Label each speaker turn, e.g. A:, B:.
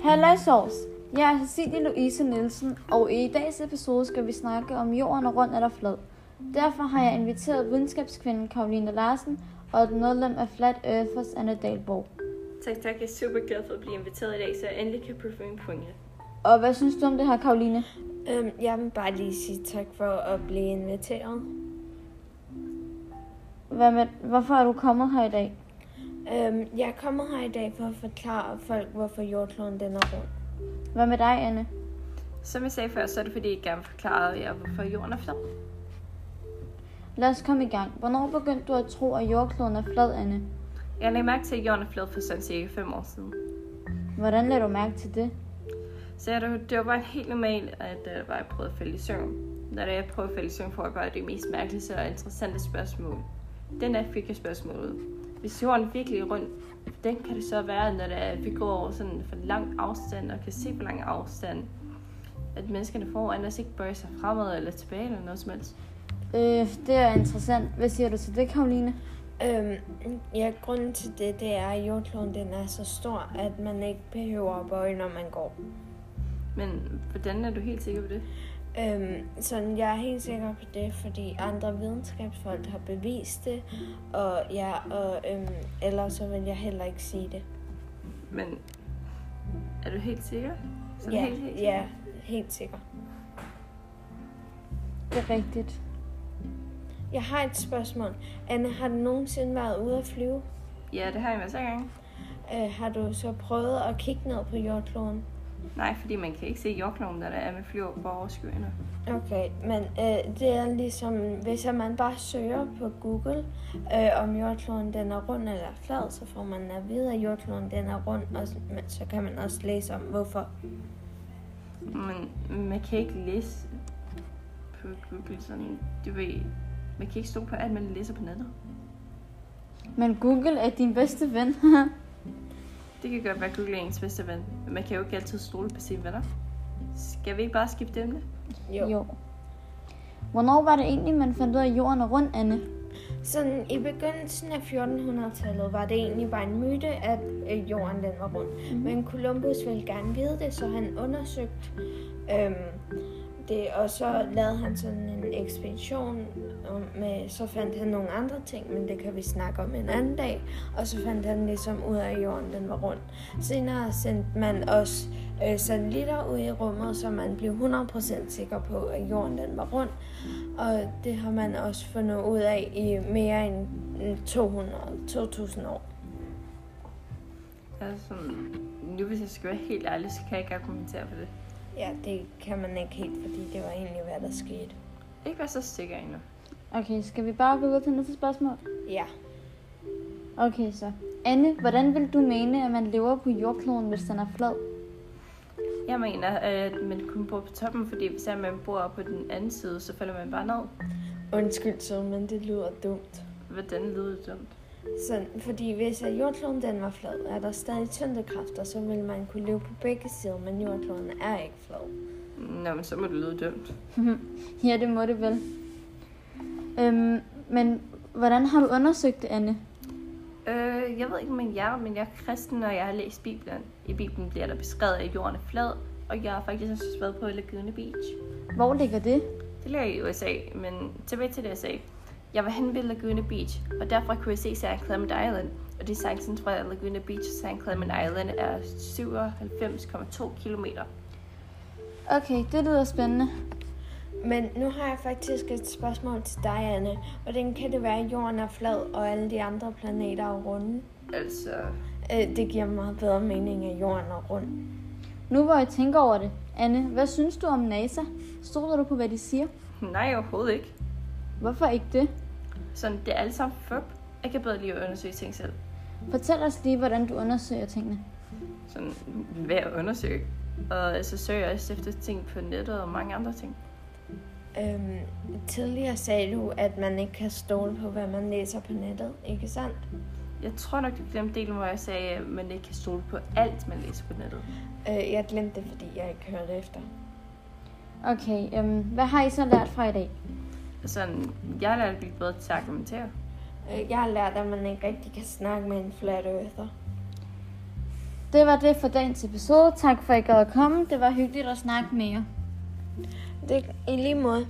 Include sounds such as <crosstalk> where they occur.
A: Halløj Sovs. Jeg er Cecilie Louise Nielsen, og i dagens episode skal vi snakke om jorden er rund eller flad. Derfor har jeg inviteret videnskabskvinden Karoline Larsen og et medlem af Flat Earthers Anne Dalborg.
B: Tak, tak. Jeg er super glad for at blive inviteret i dag, så jeg endelig kan prøve mine pointe.
A: Og hvad synes du om det her, Karoline?
C: Øhm, jeg vil bare lige sige tak for at blive inviteret.
A: Hvad med, hvorfor er du kommet her i dag?
C: Øhm, jeg er kommet her i dag for at forklare folk, hvorfor jordkloden den er rund.
A: Hvad med dig, Anne?
B: Som jeg sagde før, så er det fordi, jeg gerne forklarede jer, hvorfor jorden er flad.
A: Lad os komme i gang. Hvornår begyndte du at tro, at jordkloden er flad, Anne?
B: Jeg lagde mærke til, at jorden er flad for sådan cirka 5 år siden.
A: Hvordan lagde du mærke til det?
B: Så jeg, det var bare helt normalt, at øh, bare jeg prøvede at falde i søvn. Når jeg prøver at falde i søvn, får jeg bare det mest mærkelige og interessante spørgsmål. Den der fik jeg spørgsmålet. Hvis jorden virkelig er rund, den kan det så være, når det er, at vi går over sådan for lang afstand og kan se på lang afstand, at menneskerne foran os ikke bøjer sig fremad eller tilbage eller noget som helst.
A: Øh, det er interessant. Hvad siger du til det, Karoline?
C: Øhm, ja, grunden til det, det er, at jordkloden den er så stor, at man ikke behøver at bøje, når man går.
B: Men hvordan er du helt sikker på det?
C: Øhm, sådan, jeg er helt sikker på det, fordi andre videnskabsfolk har bevist det, og, ja, og øhm, ellers så vil jeg heller ikke sige det.
B: Men er du helt sikker? Sådan
C: ja,
B: helt, helt sikker?
C: ja, helt sikker.
A: Det er rigtigt.
C: Jeg har et spørgsmål. Anne, har du nogensinde været ude at flyve?
B: Ja, det har jeg masser af gange.
C: Øh, har du så prøvet at kigge ned på jordkloden?
B: Nej, fordi man kan ikke se jordkloden, når der er med flyver på overskyerne.
C: Okay, men øh, det er ligesom, hvis at man bare søger på Google, øh, om jordkloden den er rund eller flad, så får man at vide, at jordkloden den er rund, og så, men så kan man også læse om, hvorfor.
B: Men man kan ikke læse på Google sådan, du ved, man kan ikke stå på alt, man læser på nettet.
A: Men Google er din bedste ven. <laughs>
B: Det kan godt være, Google er ens bedste ven, men man kan jo ikke altid stole på sine venner. Skal vi ikke bare skifte emne?
A: jo. Hvornår var det egentlig, man fandt ud af, at jorden er rund, Anne?
C: Sådan, i begyndelsen af 1400-tallet var det egentlig bare en myte, at øh, jorden den var rund. Mm.
A: Mm-hmm.
C: Men Columbus ville gerne vide det, så han undersøgte øhm, det, og så lavede han sådan en ekspedition, og med, så fandt han nogle andre ting, men det kan vi snakke om en anden dag. Og så fandt han ligesom ud af, at jorden den var rund. Senere sendte man også øh, satellitter ud i rummet, så man blev 100% sikker på, at jorden den var rund. Og det har man også fundet ud af i mere end mm, 200, 2000 år.
B: Altså, nu hvis jeg skal være helt ærlig, så kan jeg ikke argumentere på det.
C: Ja, det kan man ikke helt, fordi det var egentlig, hvad der skete.
B: Ikke være så sikker endnu.
A: Okay, skal vi bare gå videre til næste spørgsmål?
C: Ja.
A: Okay, så. Anne, hvordan vil du mene, at man lever på jordkloden, hvis den er flad?
B: Jeg mener, at man kun bor på toppen, fordi hvis at man bor på den anden side, så falder man bare ned.
C: Undskyld så, men det lyder dumt.
B: Hvordan lyder det dumt?
C: Sådan, fordi hvis at jordkloden den var flad, er der stadig tyngdekræfter, så ville man kunne leve på begge sider, men jordkloden er ikke flad.
B: Nå, men så må det lyde dumt.
A: ja, det må det vel. Øhm, men hvordan har du undersøgt det, Anne?
B: Øh, jeg ved ikke med jer, men jeg er kristen, og jeg har læst Bibelen. I Bibelen bliver der beskrevet, at jorden er flad, og jeg har faktisk også været på Laguna Beach.
A: Hvor ligger det?
B: Det ligger i USA, men tilbage til det, jeg sagde. Jeg var hen ved Laguna Beach, og derfra kunne jeg se San Clement Island, og distancen fra Laguna Beach til San Clement Island er 97,2 km.
A: Okay, det lyder spændende.
C: Men nu har jeg faktisk et spørgsmål til dig, Anne. Hvordan kan det være, at jorden er flad, og alle de andre planeter er runde?
B: Altså,
C: Øh, det giver meget bedre mening, at jorden er rund.
A: Nu hvor jeg tænker over det, Anne, hvad synes du om NASA? Stoler du på, hvad de siger?
B: nej overhovedet ikke.
A: Hvorfor ikke det?
B: Sådan, det er alt sammen fup. Jeg kan bedre lige at undersøge ting selv.
A: Fortæl os lige, hvordan du undersøger tingene.
B: Sådan, ved at undersøge. Og så søger jeg også efter ting på nettet og mange andre ting.
C: Øhm, tidligere sagde du, at man ikke kan stole på, hvad man læser på nettet, ikke sandt?
B: Jeg tror nok, du glemte delen, hvor jeg sagde, at man ikke kan stole på alt, man læser på nettet.
C: Øh, jeg glemte det, fordi jeg ikke hørte efter.
A: Okay, øhm, hvad har I så lært fra i dag?
B: Sådan, jeg har lært at blive bedre til at argumentere.
C: Øh, jeg har lært, at man ikke rigtig kan snakke med en flat earther.
A: Det var det for dagens episode. Tak for, at I gad at komme. Det var hyggeligt at snakke med jer.
C: Det, I lige måde.